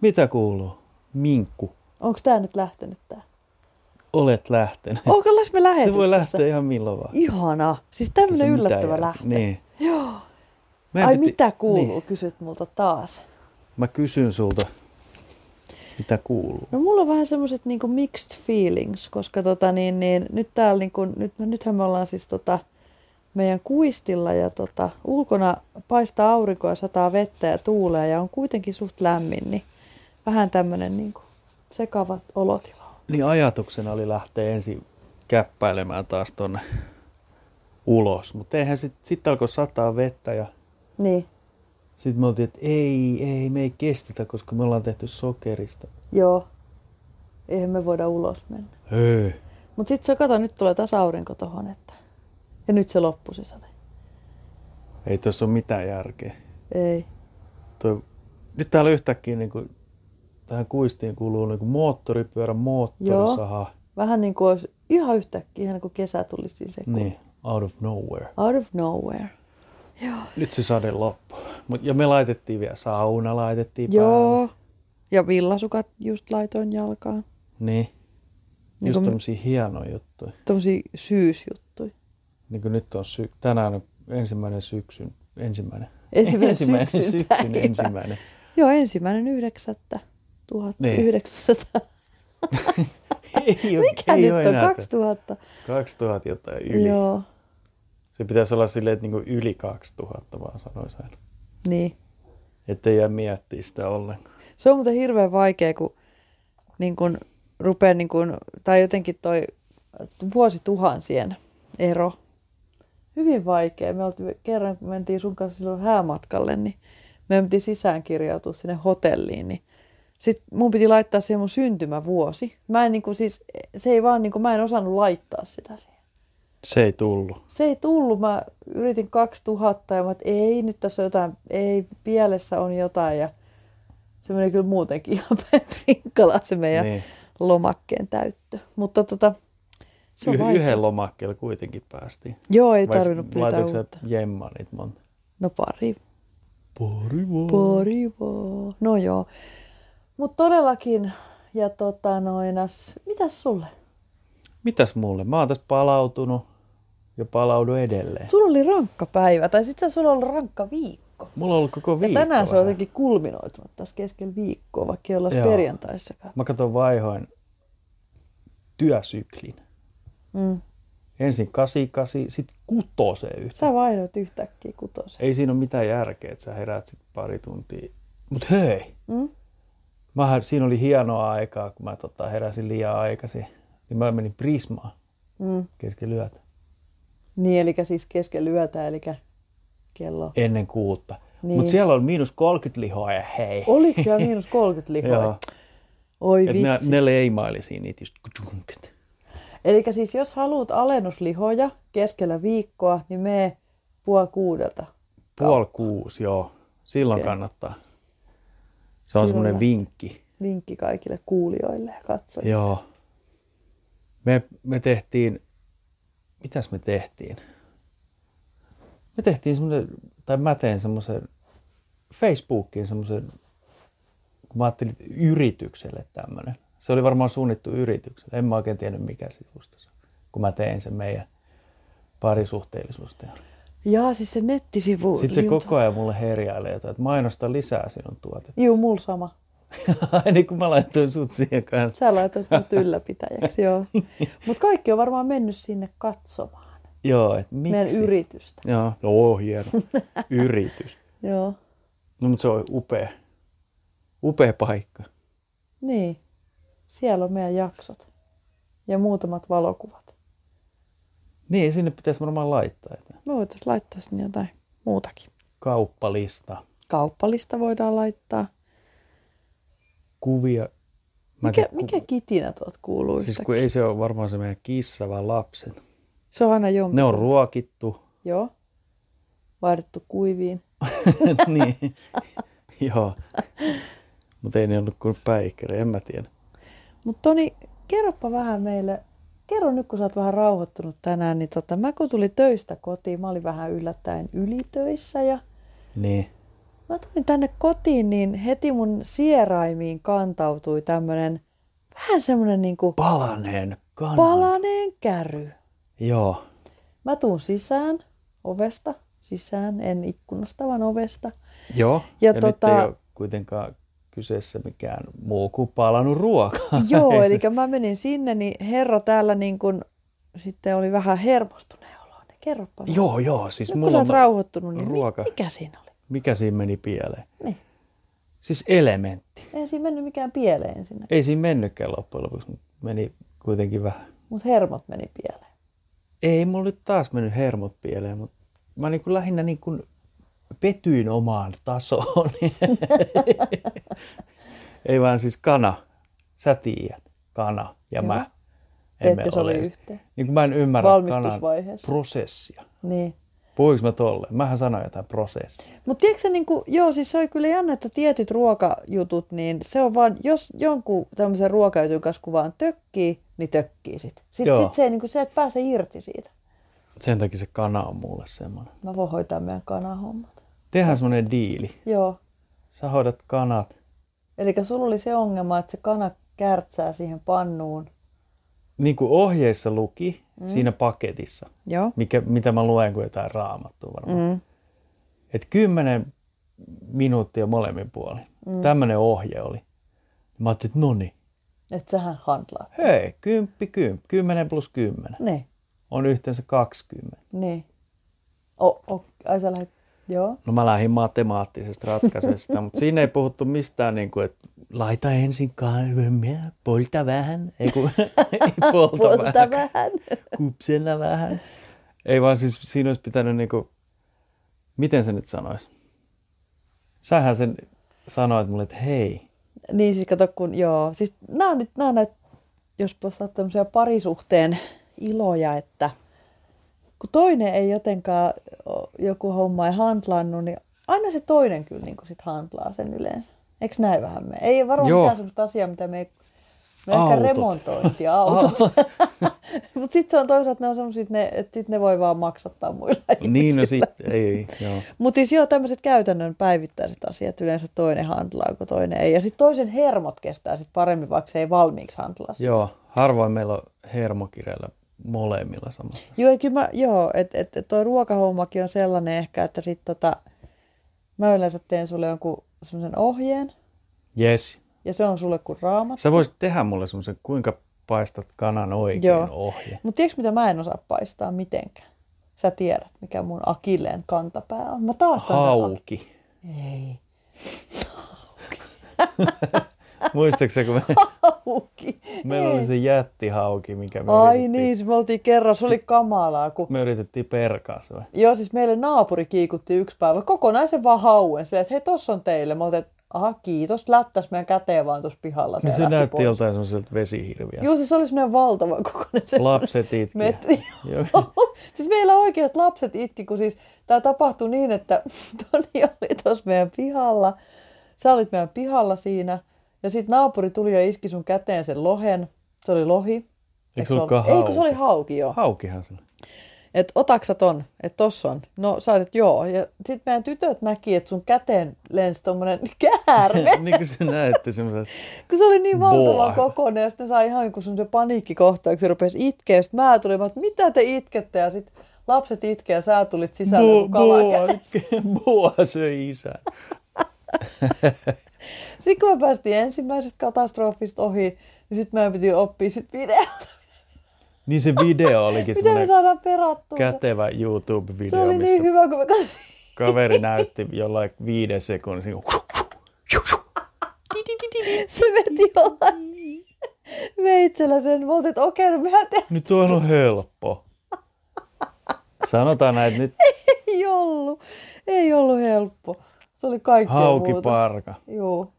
Mitä kuuluu? Minkku, Onko tää nyt lähtenyt tää? olet lähtenyt. Onko me lähetyksessä? Se voi lähteä ihan milloin vaan. Ihana. Siis Ei se mitään tämmönen yllättävä jää. lähtö. Niin. Joo. Meidän Ai piti- mitä kuuluu, Niin. kysyt multa taas. Mä kysyn sulta, mitä kuuluu. No mulla on vähän semmoiset niinku mixed feelings, koska tota niin, niin, nyt täällä niinku, nyt, no nythän me ollaan siis tota meidän kuistilla ja tota, ulkona paistaa aurinkoa, sataa vettä ja tuulee ja on kuitenkin suht lämmin, niin vähän tämmönen niinku sekava olotila. on. Niin ajatuksena oli lähteä ensin käppäilemään taas tonne ulos. Mutta eihän sit, sit alkoi sataa vettä ja Niin, sitten me oltiin, että ei, ei, me ei kestetä, koska me ollaan tehty sokerista. joo. Eihän me voida ulos mennä. Hei. Mut sit se kato, nyt tulee taas aurinko tohon, että... Ja nyt se loppui se sade. Ei tuossa ole mitään järkeä. Ei. Toi, nyt täällä yhtäkkiä niin kuin, tähän kuistiin kuuluu niin kuin moottoripyörä, moottorisaha. Vähän niin kuin olisi ihan yhtäkkiä, ihan niin kuin kesä tulisi siinä sekunnin. Niin, out of nowhere. Out of nowhere. Nyt se sade loppu. Mut, ja me laitettiin vielä sauna, laitettiin päälle. Joo. Ja villasukat just laitoin jalkaan. Niin. Niin Just kun- tämmöisiä hienoja juttuja. Tommosia syysjuttuja. Niin kuin nyt on sy- tänään on ensimmäinen syksyn, ensimmäinen. Ensimmäinen ensimmäinen syksyn syksyn, päivä. ensimmäinen. Joo, ensimmäinen yhdeksättä. 1900. Niin. Ei oo- Mikä ei nyt oo on? enää tää- 2000. 2000 jotain yli. Joo. Joo. Se pitäisi olla silleen, että niinku yli 2000 vaan sanoisi aina. Niin. Että ei jää miettiä sitä ollenkaan. Se on muuten hirveän vaikea, kun, niin kun rupeaa, niin kun, tai jotenkin toi vuosituhansien ero. Hyvin vaikea. Me oltiin, kerran, kun mentiin sun kanssa silloin häämatkalle, niin me mentiin sisään kirjautua sinne hotelliin, niin sitten mun piti laittaa siihen mun syntymävuosi. Mä en, niin kun, siis, se ei vaan, niin kun, mä en osannut laittaa sitä siihen. Se ei tullut. Se ei tullut, mä yritin 2000 ja mä, että ei, nyt tässä on jotain, ei, pielessä on jotain ja se meni kyllä muutenkin ihan päin prinkkalaa se meidän niin. Niin. lomakkeen täyttö. Mutta tota, se on Y- vaikea. yhden lomakkeella kuitenkin päästiin. Joo, ei tarvinnut pyytää laitoitko sä uutta. jemmaa niitä monta? No pari, Pari vaan. pari vaan. No joo. Mutta todellakin, ja tota noinas, mitäs sulle? Mitäs mulle? Mä oon tässä palautunut ja palaudun edelleen. Sulla oli rankka päivä, tai sit sä sulla oli rankka viikko. Mulla on ollut koko Ja viikko. tänään se on vähän. jotenkin kulminoitunut tässä keskellä viikkoa, vaikka ei olla Joo. perjantaissakaan. Mä katson vaihoin työsyklin. Mm. Ensin 88, sit kutoseen yhtä. Sä vaihdoit yhtäkkiä kutoseen. Ei siinä ole mitään järkeä, että sä heräät sit pari tuntia. Mut hei, Mm? mähän, siinä oli hienoa aikaa, kun mä tota, heräsin liian aikaisin. Niin mä menin Prismaan Mm. keskellä yötä. Niin, eli siis keskellä yötä, eli kello. ennen kuutta. Niin. Niin. Mutta siellä on miinus 30 lihoa ja hei. Oliko siellä miinus 30 Joo. lihoa? Oi Et ne, vitsi. ne leimaili siinä niitä just kutunkt. Eli siis jos haluat alennuslihoja keskellä viikkoa, niin mene puoli kuudelta. puoli kuusi, joo. Silloin okay. Okei. kannattaa. Se on semmoinen vinkki. Vinkki kaikille kuulijoille ja katsojille. Joo. Me, me tehtiin, mitäs me tehtiin? Me tehtiin semmoisen, tai mä tein semmoisen Facebookiin semmoisen, kun mä ajattelin että yritykselle tämmöinen. Se oli varmaan suunnittu yritykselle. En mä oikein tiennyt mikä se just se, on, kun mä tein sen meidän parisuhteellisuusteoria. Jaa, siis se nettisivu. Sitten se liuta. koko ajan mulle herjailee jotain, että mainosta lisää sinun tuote. Juu, mulla sama. Aina kun mä laitoin sut siihen kanssa. Sä laitat mut ylläpitäjäksi, joo. Mutta kaikki on varmaan mennyt sinne katsomaan. Joo, että Meidän miksi? yritystä. Joo, no hieno. Yritys. Joo. No, mutta se on upea, upea paikka. Niin. Siellä on meidän jaksot. Ja muutamat valokuvat. Niin, sinne pitäisi varmaan laittaa. Että Me voitaisiin laittaa sinne jotain muutakin. kauppalista, Kauppalista voidaan laittaa. kuvia. Mä en Mikä, tiedä, mikä kitinä tuot kuuluu ku... Siis kun ei se ole varmaan se meidän kissa, vaan lapset. Se on aina jompi. Ne on ruokittu. Joo. Vaihdettu kuiviin. niin. Joo. Mutta ei ne ollut kuin päikkäri, en mä tiedä. Mutta Toni, kerropa vähän meille, kerro nyt kun sä oot vähän rauhoittunut tänään, niin tota, mä kun tulin töistä kotiin, mä olin vähän yllättäen ylitöissä ja Niin. Mä tulin tänne kotiin, niin heti mun sieraimiin kantautui tämmönen vähän semmonen niinku Palaneen kannan. palaneen käry. Joo. Mä tuun sisään ovesta, sisään, en ikkunasta vaan ovesta. Joo. Ja Ja, tota- nyt ei ole kuitenkaan kyseessä mikään muu kuin palanut ruoka. Joo, Ei eli se- mä menin sinne, niin herra täällä niin kun, sitten oli vähän hermostuneen oloinen. Kerropa. Joo, joo. Siis Nyt kun sä mulla oot on... rauhoittunut, niin ruoka. ruoka. mikä siinä oli? Mikä siinä meni pieleen? Niin. Siis elementti. Ei siinä mennyt mikään pieleen sinne, Ei siinä mennytkään loppujen lopuksi, mutta meni kuitenkin vähän. mutta hermot meni pieleen. Ei mulla nyt taas mennyt hermot pieleen, mutta mä niin kuin lähinnä niin kuin petyin omaan tasoon. Ei vaan siis kana. Sä tiedät. Kana ja Joo. mä. Te ette sovi yhteen. Niin kuin mä en ymmärrä kanan Valmistusvaiheessa. prosessia. Niin. Puhuinko mä tolle? Mähän sanoin jotain prosessia. Mutta tiedätkö sä, niin kuin, joo, siis se oli kyllä jännä, että tietyt ruokajutut, niin se on vaan, jos jonkun tämmöisen ruokajutun kanssa kun vaan tökkii, niin tökkii sit. Sitten Joo. sit se, ei, niin kuin, se et pääse irti siitä. Sen takia se kana on mulle semmoinen. Mä voin hoitaa meidän kanahommat. Tehdään semmoinen diili. Joo. Sä hoidat kanat. Eli sulla oli se ongelma, että se kana kärtsää siihen pannuun. Niin kuin ohjeissa luki mm. siinä paketissa, Joo. mikä, mitä mä luen kuin jotain raamattua varmaan. Mm. Mm. Että kymmenen minuuttia molemmin puolin. Mm. Tämmöinen ohje oli. Mä ajattelin, että no niin, Että sähän handlaa. hei, kymppi, kymppi, kymmenen plus kymmenen Niin, on yhteensä 20. niin. O, o, ai sä lähdet, joo. No mä lähdin matemaattisesta ratkaisesta, mutta siinä ei puhuttu mistään, niin kuin, että laita ensin kahvia, polta vähän, ei kun ei polta, Puolta vähän, vähän. kupsella vähän. Ei vaan siis siinä olisi pitänyt, niin kuin, miten se nyt sanoisi? Sähän sen sanoit mulle, että hei, Niin siis kato kun, joo, siis nämä on nyt, nämä on näitä, jos saat tämmöisiä parisuhteen iloja, että kun toinen ei jotenkaan o- joku homma ei handlannut, niin aina se toinen kyllä niin sit handlaa sen yleensä. Eikö näin vähän me? Ei varmaan Joo. mitään sellaista asiaa, mitä me ei me ehkä Autot. remontointi ja autot. Mutta sitten se on toisaalta, ne on semmoisia, ne, että sit ne voi vaan maksattaa muilla niin no sitten, ei, joo. mutta siis joo, tämmöiset käytännön päivittäiset asiat yleensä toinen handlaa kuin toinen ei. Ja sitten toisen hermot kestää sit paremmin, vaikka se ei valmiiksi handlaa. sitä. Joo, harvoin meillä on hermokireillä molemmilla samasta. Joo, ei, kyllä mä, joo, että et, et toi ruokahommakin on sellainen ehkä, että sit tota, mä yleensä teen sulle jonkun semmoisen ohjeen, Yes. ja se on sulle kuin raamat. Sä voisit tehdä mulle semmoisen, kuinka paistat kanan oikein Joo. joo. ohje. Mutta tiedätkö, mitä mä en osaa paistaa mitenkään? Sä tiedät, mikä mun akilleen kantapää on. Mä taas tän tän ak- Hauki. Ei. Muistaaksä, kun me, niin. Hauki. meillä oli se jättihauki, mikä me, Ai yritettiin, niin, se me oltiin kerran, se oli kamalaa, kun me yritettiin perkaa se. Joo, siis meille naapuri kiikutti yksi päivä kokonaisen vaan hauen. Se, että hei, tossa on teille. Mä otin, että aha, kiitos, lättäs meidän käteen vaan tuossa pihalla. No ja se lähti näytti pois. joltain semmoiselta vesihirviä. Joo, siis se oli semmoinen valtava kokonainen. se Lapset itki. metri. Joo. niin siis meillä oikeat lapset itki, kun siis tämä tapahtui niin, että Toni oli tuossa meidän pihalla. Sä olit meidän pihalla siinä. Ja sitten naapuri tuli ja iski sun käteen sen lohen. Se oli lohi. Eikö se ollut- ollutkaan Eikö se oli hauki, joo Haukihan se. oli. että otaksa ton, että tossa on. No sä oot, et joo. Ja sit meidän tytöt näki, että sun käteen lensi tommonen käärme, niin kuin se näytti semmoiselta. kun se oli niin Boah. valtavan kokoinen. Ja sitten sai ihan joku se paniikkikohtauksen, rupesi itkeä. Sitten mä tulin, vaan, että mitä te itkette? Ja sit lapset itkee ja sä niinku tulit sisälle, kun kala Boa, boa söi isän. Sitten kun me päästiin ensimmäisestä katastrofista ohi, niin sit meidän piti oppia sit videolta. Niin se video olikin Miten me semmoinen saadaan perattua? se? kätevä Se YouTube-video, oli missä niin hyvä, kun me katsottiin. kaveri näytti jollain viiden sekunnin. siinä, Se veti jollain veitsellä sen. Mä oltiin, että okei, no mehän tehdään Nyt on ollut helppo. Sanotaan näin, että nyt ei ollut, ei ollut helppo. Se oli kaikkea hauki muuta. parka. Joo.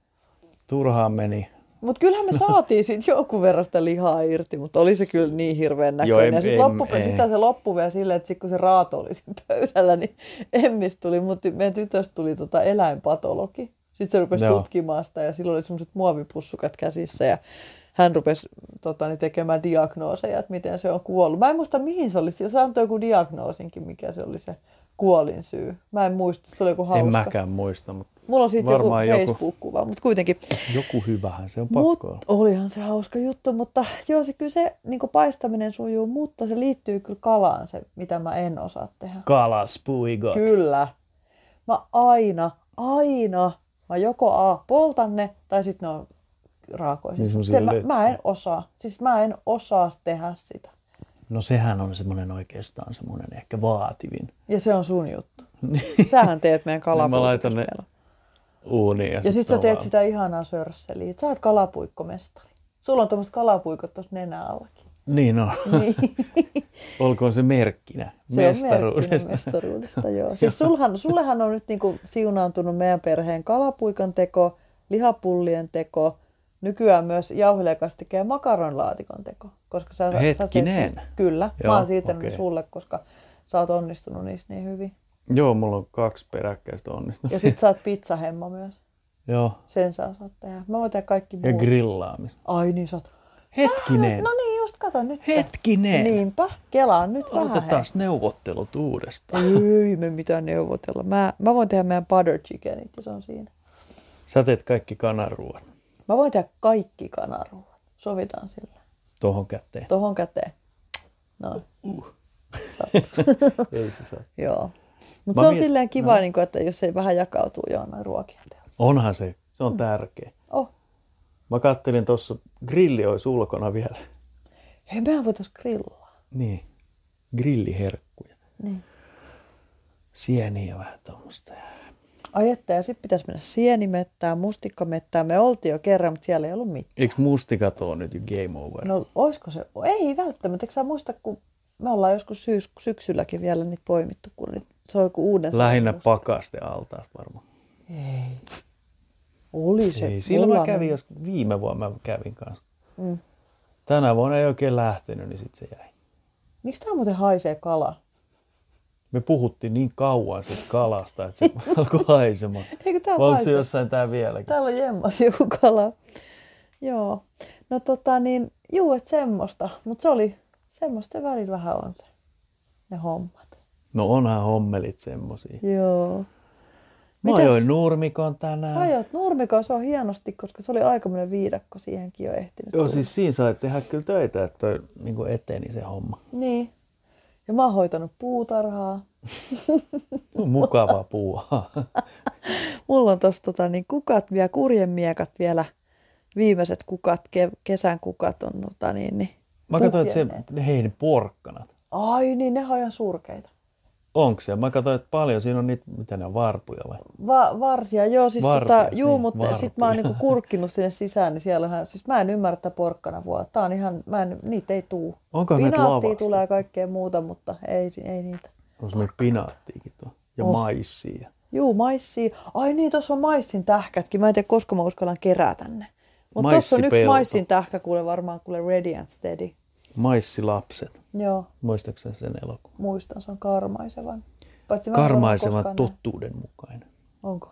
Turhaan meni. Mutta kyllähän No. me saatiin siitä jonkun verran sitä lihaa irti, mutta oli se kyllä niin hirveän näköinen. Joo, Joo, em- ja sit em- loppupe- ei. sitä se loppui vielä silleen, että sit kun se raato oli siinä pöydällä, niin emmis tuli, mutta meidän tytöstä tuli tota eläinpatologi. Sitten se rupesi Joo. tutkimaan sitä ja silloin oli semmoiset muovipussukat käsissä ja hän rupesi tota, niin tekemään diagnooseja, että miten se on kuollut. Mä en muista mihin se oli, se antoi joku diagnoosinkin, mikä se oli se kuolin syy. Mä en muista, se oli joku hauska. En mäkään muista, mutta Mulla on siitä joku Varmaan joku. Facebook-kuva, mutta kuitenkin. joku hyvähän se on Mut, pakko. olla. olihan se hauska juttu, mutta joo, se kyllä se niin paistaminen sujuu, mutta se liittyy kyllä kalaan se, mitä mä en osaa tehdä. Kalaspuigot. Kyllä. Mä aina, aina, mä joko A, poltan ne, tai sitten ne on Niin raakoisissa. semmosia Se, mä, lötköjä. mä en osaa. Siis mä en osaa tehdä sitä. No sehän on semmoinen oikeastaan semmoinen ehkä vaativin. Ja se on sun juttu. Sähän teet meidän Niin. Mä laitan kalapuikkoa. ne uuniin. Ja, Ja sit sä on teet vaan- sitä ihanaa sörsseliä. Sä oot kalapuikkomestari. Sulla on tommoset kalapuikot tuossa nenä allakin. Niin on. Niin. Olkoon se merkkinä Se on merkkinä mestaruudesta. mestaruudesta, joo. Siis sulhan, sullehan on nyt niinku siunaantunut meidän perheen kalapuikan teko, lihapullien teko, nykyään myös jauhelekastikkeen ja makaronlaatikon teko. Koska sä, sä teet Hetkinen. niistä- kyllä, joo, Joo, mä oon siirtänyt okay. okei. sulle, koska sä oot onnistunut niissä niin hyvin. Joo, mulla on kaksi peräkkäistä onnistunut. Ja sit sä oot pizzahemma myös. Joo. Sen sä osaat tehdä. Mä voin tehdä kaikki Ja muut. grillaamis. Ai niin, sä oot... Hetkinen. No niin, just kato nyt. Hetkinen. Niinpä, kelaan nyt vähän. hei. Otetaan neuvottelut uudestaan. Ei me mitään neuvotella. Mä, mä voin tehdä meidän butter chickenit ja se on siinä. Sä teet kaikki kanaruot Mä voin tehdä kaikki kanaruuat. Sovitaan sillä. tohon käteen. Tohon käteen. No, Ei se saa. joo. Mä Mutta se on miet- silleen kiva, no. niin kuin, että jos ei vähän jakautuu joo noin ruokia. teillä. Onhan se. Se on tärkeä. Oh, Mä kattelin tuossa, grilli olisi ulkona vielä. hei mehän voitais grillaa. Niin. Grilliherkkuja. Niin. Sieniä vähän tuommoista. Ai että, ja sit pitäis mennä sienimettään, mustikkamettään. Me oltiin jo kerran, mutta siellä ei ollut mitään. Eikö mustikat ole nyt jo game over? No oisko se? Ei välttämättä. Eikö sä muista, kun me ollaan joskus syys, syksylläkin vielä niitä poimittu, kun ni- se on joku uuden Lähinnä saadun musta- pakaste altaasta varmaan. Oli se. Ei, silloin Mulla Mm. mä on- kävin, jos viime vuonna mä kävin kanssa. Tänä vuonna ei oikein lähtenyt, niin sitten se jäi. Miksi tää muuten haisee kala? Me puhuttiin niin kauan siitä kalasta, että se alkoi haisemaan. Eikö tää Vai onko se haise? jossain tää vieläkin? Täällä on jemmas joku kala. Joo. No tota niin, juu, et semmoista. Mut se oli, semmoista se välillä vähän on se. Ne hommat. No onhan hommelit semmosia. Joo. Mä Mitäs? ajoin nurmikon Sä tänään. ajoit nurmikon, se on hienosti, koska se oli aikamoinen viidakko siihenkin jo ehtinyt. Joo, tulla. siis siinä sai tehdä kyllä töitä, että toi niin eteni se homma. Niin. Ja mä oon hoitanut puutarhaa. No, Mukava puuhaa. Mulla on tossa tota, niin kukat vielä, kurjemiekat vielä, viimeiset kukat, ke- kesän kukat on tota niin, niin. Mä katsoin, että puhjenneet. se, hei ne porkkanat. Ai niin, ne on ihan surkeita. Onko se? Mä katsoin, että paljon siinä on niitä, mitä ne on, varpuja vai? Va- varsia, joo, siis varsia, Varsia, tota, juu, niin, niin, mutta varpuja. varpuja. sit mä oon niinku kurkkinut sinne sisään, niin siellä on ihan, siis mä en ymmärrä tätä porkkana vuotta. Tää on ihan, mä en, niitä ei tuu. Onkohan näitä Pinaattia lavasta? tulee ja kaikkea muuta, mutta ei, ei niitä. On semmoinen pinaattiikin tuo. Ja Oh. oh. maissia. Juu, maissi. Ai niin, tuossa on maissin tähkätkin. Mä en tiedä, koska mä uskallan kerätä ne. Mutta tuossa on yksi Maissipelto. maissin tähkä, kuule varmaan kuule Ready and Steady. Maissilapset. Joo, Muistaakseni sen elokuvan? muistan, se on karmaisevan. Paitsi mä en varmaan Karmaisevan koskaan totuuden mukainen. nähnyt. Onko?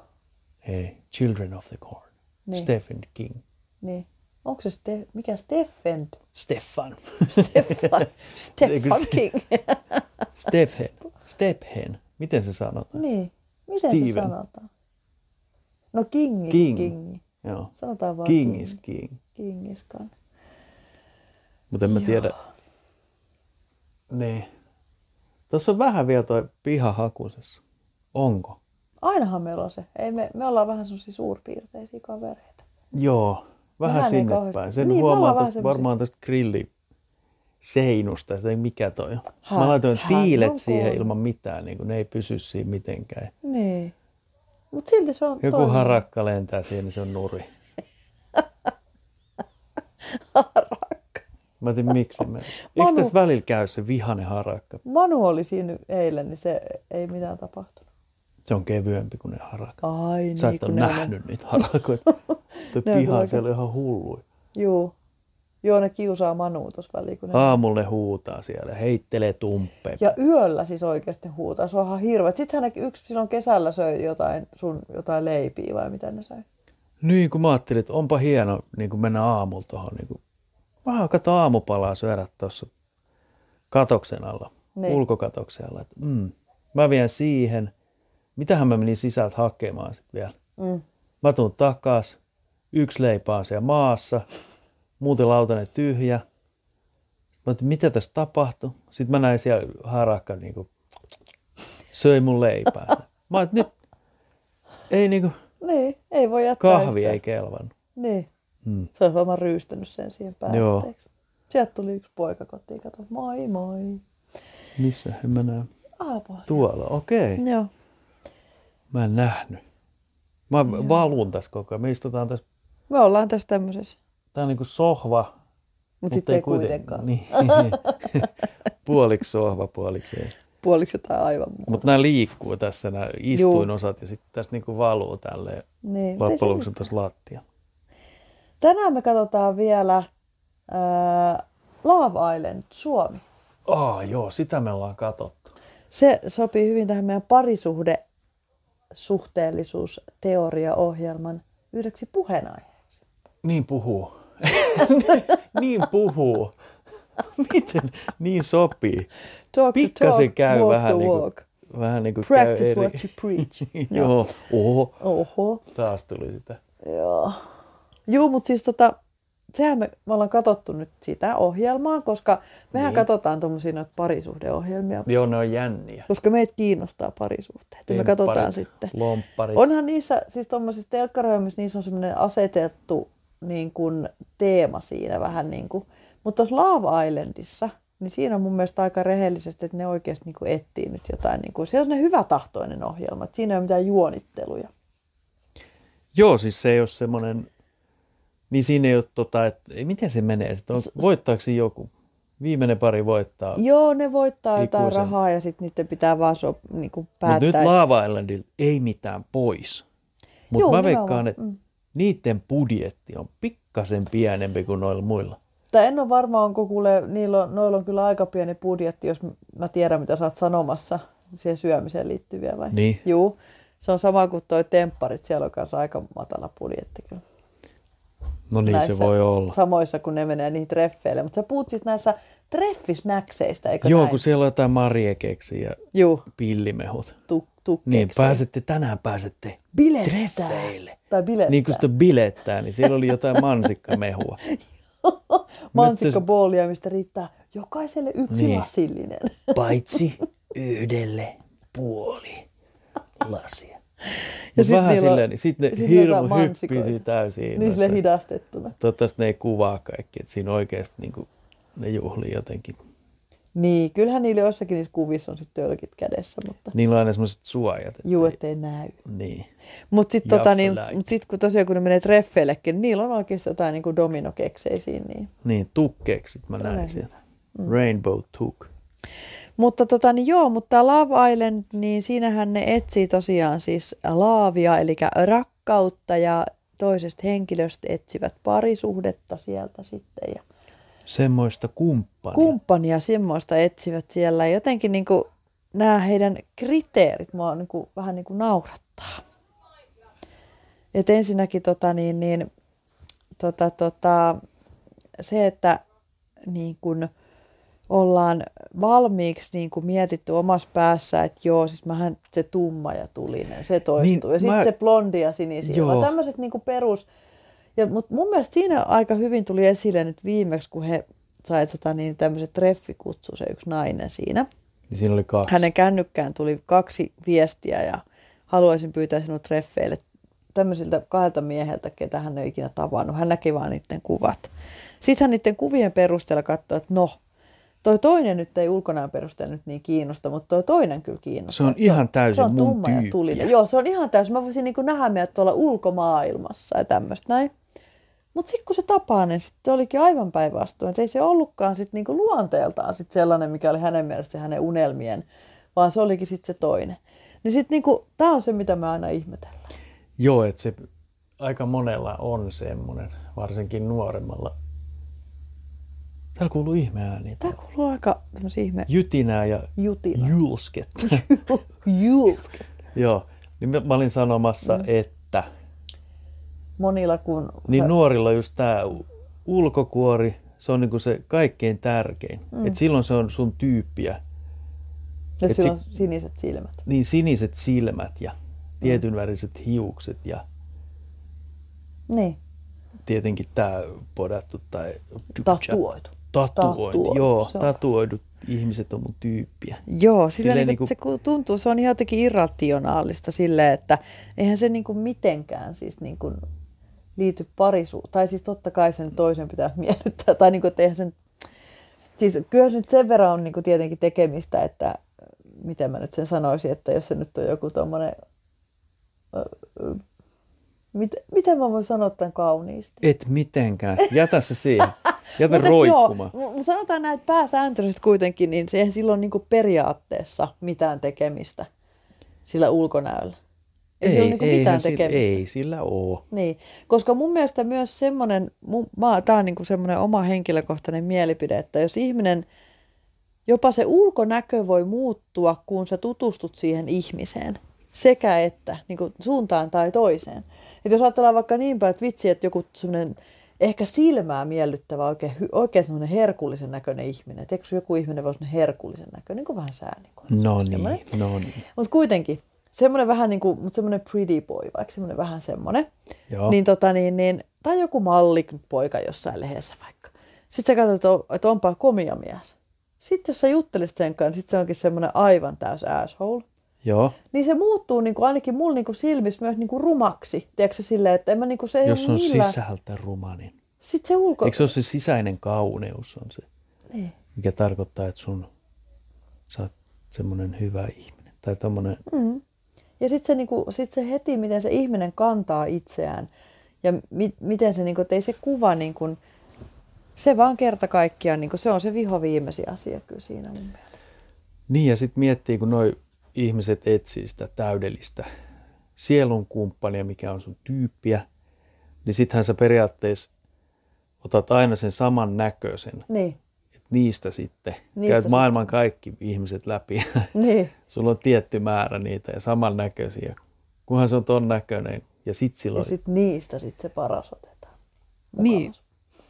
Hei, Children of the Corn. Niin. Niin. Stephen King. Niin. Onko se Ste- mikä Steffen? Stefan. Stefan, Eikö Stefan se- King. Stephen. Stephen. Miten se sanotaan? Niin. Miten se Steven. sanotaan? No Kingi. King. King. Kingi. Joo. Sanotaan vaan King is King. Kingiskan. Mutta en mä tiedä. Niin. Tuossa on vähän vielä toi pihahakusessa. Onko? Ainahan meillä on se. Ei me, me ollaan vähän semmoisia suurpiirteisiä kavereita. Joo, vähän Vähän ei sinne kauheasti- päin. Sen Niin, me niin, ollaan huomaa vähän tästä, semmosia- varmaan tästä grilliseinusta, että mikä toi on. Hän- Mä laitoin hän on tiilet siihen kuullut. ilman mitään, niin kun ne ei pysy siinä mitenkään. Niin. Mutta silti se on Joku toimiva. harakka lentää siihen, niin se on nuri. harakka. Mä en tiedä miksi. Mä... Eikö tässä välillä käy se vihanen harakka? Manu oli siinä eilen, niin se ei mitään tapahtunut. Se on kevyempi kuin ne harakat. Ai niin, Sä et ole kun ne on ne- nähnyt niitä harakoita. Tuo Ne on kyllä piha siellä on ihan hullu. Juu. Joo, ne kiusaa Manua tuossa väliin. Kun ne... Aamulle huutaa siellä, heittelee tumppeja. Ja yöllä siis oikeasti huutaa. Se on ihan hirveä. Sitten hän yksi silloin kesällä söi jotain, sun jotain leipiä vai mitä ne söi. Niin, kun mä ajattelin, että onpa hieno niin kun mennä aamulla tuohon niin kun vähän kato aamupalaa syödä tuossa katoksen alla, Niin. niin. ulkokatoksen alla. Että, mm, mä vien siihen. Mitähän mä menin sisältä hakemaan sitten vielä? Mm. Mä tuun takas, yksi leipä on siellä maassa, muuten lautanen tyhjä. Sitten mä ajattelin, mitä tässä tapahtui? Sitten mä näin siellä harakka niin kuin, söi mun leipää. Mä ajattelin, nyt ei niin kuin, Niin, ei voi jättää kahvi yhtään. ei kelvannut. Niin. Mm. Se olisi varmaan ryystänyt sen siihen Joo. päätteeksi. Sieltä tuli yksi poika kotiin, kato, moi moi. Missä mä näen? Aapo. Tuolla, okei. Okay. Joo. Mä en nähnyt. Mä valun tässä koko ajan. Me istutaan tässä, Me ollaan tässä tämmöisessä. tää on niinku sohva. Mut mut sitten ei kuitenkaan. Niin. puoliksi sohva, puoliksi ei. Puoliksi jotain aivan muuta. Mutta nämä liikkuu tässä, nämä istuinosat ja sitten tässä niinku valuu tälleen. Niin. mut ei se Loppujen lopuksi on tässä lattia. mit- Tänään me katsotaan vielä ää, Love Island Suomi. Aa joo, sitä me ollaan katsottu. Se sopii hyvin tähän meidän parisuhde suhteellisuusteoriaohjelman yhdeksi puheenaiheeksi. Niin puhuu. niin puhuu. Miten? Niin sopii. Talk Pikkasen käy walk vähän the niinku- walk. Vähän niin kuin Practice käy what eri. you preach. Joo. Oho, Oho. taas tuli sitä. Joo. Juu, mutta siis tota, sehän me, me ollaan katsottu nyt sitä ohjelmaa, koska mehän niin. Niin. katsotaan tuommoisia noita parisuhdeohjelmia, Joo, ne on jänniä. koska meitä kiinnostaa parisuhteet. Ja No me Tempparit, katsotaan sitten. Lompparit. Onhan niissä, siis tuommoisissa telkkariohjelmissa, niissä on semmoinen asetettu niin kuin, teema siinä vähän niin kuin. Mutta tuossa Love Islandissa, niin siinä on mun mielestä aika rehellisesti, että ne oikeasti niin kuin etsii nyt jotain. Niin kuin, se on ne hyvätahtoinen ohjelma, että siinä ei ole mitään juonitteluja. Joo, siis se ei ole semmoinen, niin siinä ei ole tota, että miten se menee, että on, voittaako se joku? Viimeinen pari voittaa. Joo, ne voittaa jotain Ikuisen. rahaa ja sitten niiden pitää vaan sop, niin kuin Mutta päättää. nyt Lava Islandilla ei mitään pois. Juu, Mutta mä nimenomaan, veikkaan, että mm. niiden budjetti on pikkasen pienempi kuin noilla muilla. Tai en ole varma, onko kuule, niillä on, noilla on kyllä aika pieni budjetti, jos mä tiedän, mitä sä oot sanomassa siihen syömiseen liittyviä vai? Niin. Juu. Se on sama kuin toi tempparit, siellä on kanssa aika matala budjetti kyllä. No niin se voi olla. Samoissa, kun ne menee niihin treffeille. Mutta sä puhut siis näissä treffisnäkseistä, eikö Joo, näin? kun siellä on jotain marjekeksiä ja Juu, pillimehut. tu, tukkeeksi. Niin, pääsette, tänään pääsette Bilettää. treffeille. Tai bilettää. Niin kun sitä bilettää, niin siellä oli jotain mansikkamehua. Mansikkaboolia, mistä riittää jokaiselle yksi niin. Niin. lasillinen. paitsi yhdelle puoli lasia. Ja Ja sit sit vähän niillä on- silleen, niin sitten sit ne niillä on hirmu jotain mansikoita. hyppisi täysin niin sille innoissa. hidastettuna. Toivottavasti ne ei kuvaa kaikki, että siinä oikeasti niin kuin, ne juhlii jotenkin. Niin, kyllähän niillä jossakin niissä kuvissa on sitten tölkit kädessä, mutta Niillä on aina semmoiset suojat. Että, juu, ettei näy. Niin. Mutta sitten tota, Jaffa niin, läikki. mut sit, kun tosiaan kun ne menee treffeillekin, niin niillä on oikeasti jotain niin dominokeksejä niin. niin, tukkeksit mä näin sieltä. Mm. Rainbow Tuk. Mutta tota, niin joo, mutta tää Love Island, niin siinähän ne etsii tosiaan siis laavia, eli rakkautta ja toisesta henkilöstä etsivät parisuhdetta sieltä sitten. Ja Semmoista kumppania. kumppania semmoista etsivät siellä. Ja Jotenkin niin kuin, nämä heidän kriteerit mua niin kuin, vähän niin kuin naurattaa. Et ensinnäkin tota, niin, niin, tota, tota, se, että niin kuin, ollaan valmiiksi niin kuin mietitty omassa päässä, että joo, siis mähän se tumma ja tulinen, se toistuu. Niin, Niin, ja sitten mä- se blondi ja sinisilmä. Joo. Tämmöiset niin kuin perus, ja, mut mun mielestä siinä aika hyvin tuli esille nyt viimeksi, kun he sai tota, niin, tämmöisen treffikutsu, se yksi nainen siinä. niin siinä oli kaksi. Hänen kännykkään tuli kaksi viestiä ja haluaisin pyytää sinut treffeille tämmöisiltä kahdelta mieheltä, ketä hän ei ole ikinä tavannut. Hän näki vaan niiden kuvat. Sitten hän niiden kuvien perusteella katsoi, että no, toi toinen nyt ei ulkonaan perusteella nyt niin kiinnosta, mutta toi toinen kyllä kiinnostaa. Se on ihan täysin Se on mun tumma ja tyyppi. tulinen. Joo, se on ihan täysin. Mä voisin niin nähdä meidät tuolla ulkomaailmassa ja tämmöistä näin. Mutta sitten kun se tapaa, niin sitten olikin aivan päinvastoin. Et Ei se ollutkaan sit niinku luonteeltaan sit sellainen, mikä oli hänen mielestään hänen unelmien, vaan se olikin sitten se toinen. Niin sitten niinku, tämä on se, mitä mä aina ihmetellään. Joo, että se aika monella on semmoinen, varsinkin nuoremmalla. Täällä kuuluu ihmeääniä. Tämä kuuluu aika tämmöisiä ihme Jytinää ja jutina. julsketta. Julk. Joo, niin mä- mä olin sanomassa, mm. että Monilla kun... niin nuorilla on just tämä ulkokuori, Se on niinku se kaikkein tärkein. Mm. Et silloin se on sun tyyppiä. Ja Et sillä on siniset silmät. Niin siniset silmät ja tietynväriset hiukset ja Niin. tietenkin tämä podattu tai Tatuointi, Tatuoitu. Tatuoitu, joo. se on- Tatuoidut ihmiset on mun tyyppiä. Joo, sillä Silleen niin, niinku- niinku... se ku- tuntuu, se on ihan jotenkin irrationaalista silleen, että eihän se niinku mitenkään siis niinku liity parisuun. Tai siis totta kai sen toisen pitää miellyttää. Tai niinku, että eihän sen... Siis kyllä se nyt sen verran on niinku tietenkin tekemistä, että äh, miten mä nyt sen sanoisin, että jos se nyt on joku tommonen... ö, ö, Mit, miten mä voin sanoa tämän kauniisti? Et mitenkään. Jätä se siihen. Jätä Mutta roikkumaan. Joo, mu- sanotaan näin, että pääsääntöisesti kuitenkin, niin se eihän silloin niin periaatteessa mitään tekemistä sillä ulkonäöllä. Ei, ei sillä ole niin mitään eihän sillä- tekemistä. ei sillä ole. Niin, koska mun mielestä myös semmoinen, tämä on niinku semmoinen oma henkilökohtainen mielipide, että jos ihminen, jopa se ulkonäkö voi muuttua, kun sä tutustut siihen ihmiseen. Sekä että, niin kuin suuntaan tai toiseen. Et jos ajatellaan vaikka niin päin, että vitsi, että joku semmoinen ehkä silmää miellyttävä, oikein, hy- oikein semmoinen herkullisen näköinen ihminen. Et eikö joku ihminen voi olla semmoinen herkullisen näköinen, niin kuin vähän sääni. No niin, no niin. Mutta kuitenkin, semmoinen vähän niin kuin, mutta semmoinen pretty boy, vaikka semmoinen vähän semmoinen. Joo. Niin tota niin, niin, tai joku mallipoika jossain lehdessä vaikka. Sitten sä katsot, että on- että onpa komia mies. Sitten jos sä juttelisit sen kanssa, sit se onkin semmoinen aivan täys asshole. Joo. Niin se muuttuu niin kuin, ainakin mulla niin kuin silmissä myös niin kuin rumaksi. Tiedätkö se silleen, että en mä niin kuin, se ei Jos ole on millään. sisältä ruma, niin Sitten se ulko... Eikö se ole se sisäinen kauneus on se, Niin. mikä tarkoittaa, että sun, sä oot semmoinen hyvä ihminen. Tai tommonen, Ja sitten se, niinku, sit se heti, miten se ihminen kantaa itseään ja mi- miten se, niinku, että ei se kuva, niinku, se vaan kerta kaikkiaan, niinku, se on se viho viimeisi asia kyllä siinä mun mielestä. Niin ja sitten miettii, kun noi ihmiset etsii sitä täydellistä sielun kumppania, mikä on sun tyyppiä, niin sittenhän sä periaatteessa otat aina sen saman näköisen. Niin, Et niistä sitten niistä Niistä käyt sitten. maailman kaikki ihmiset läpi. niin, Sulla on tietty määrä niitä ja samannäköisiä. Kunhan se on ton näköinen ja sit ja silloin... sitten niistä sit se paras otetaan. niin,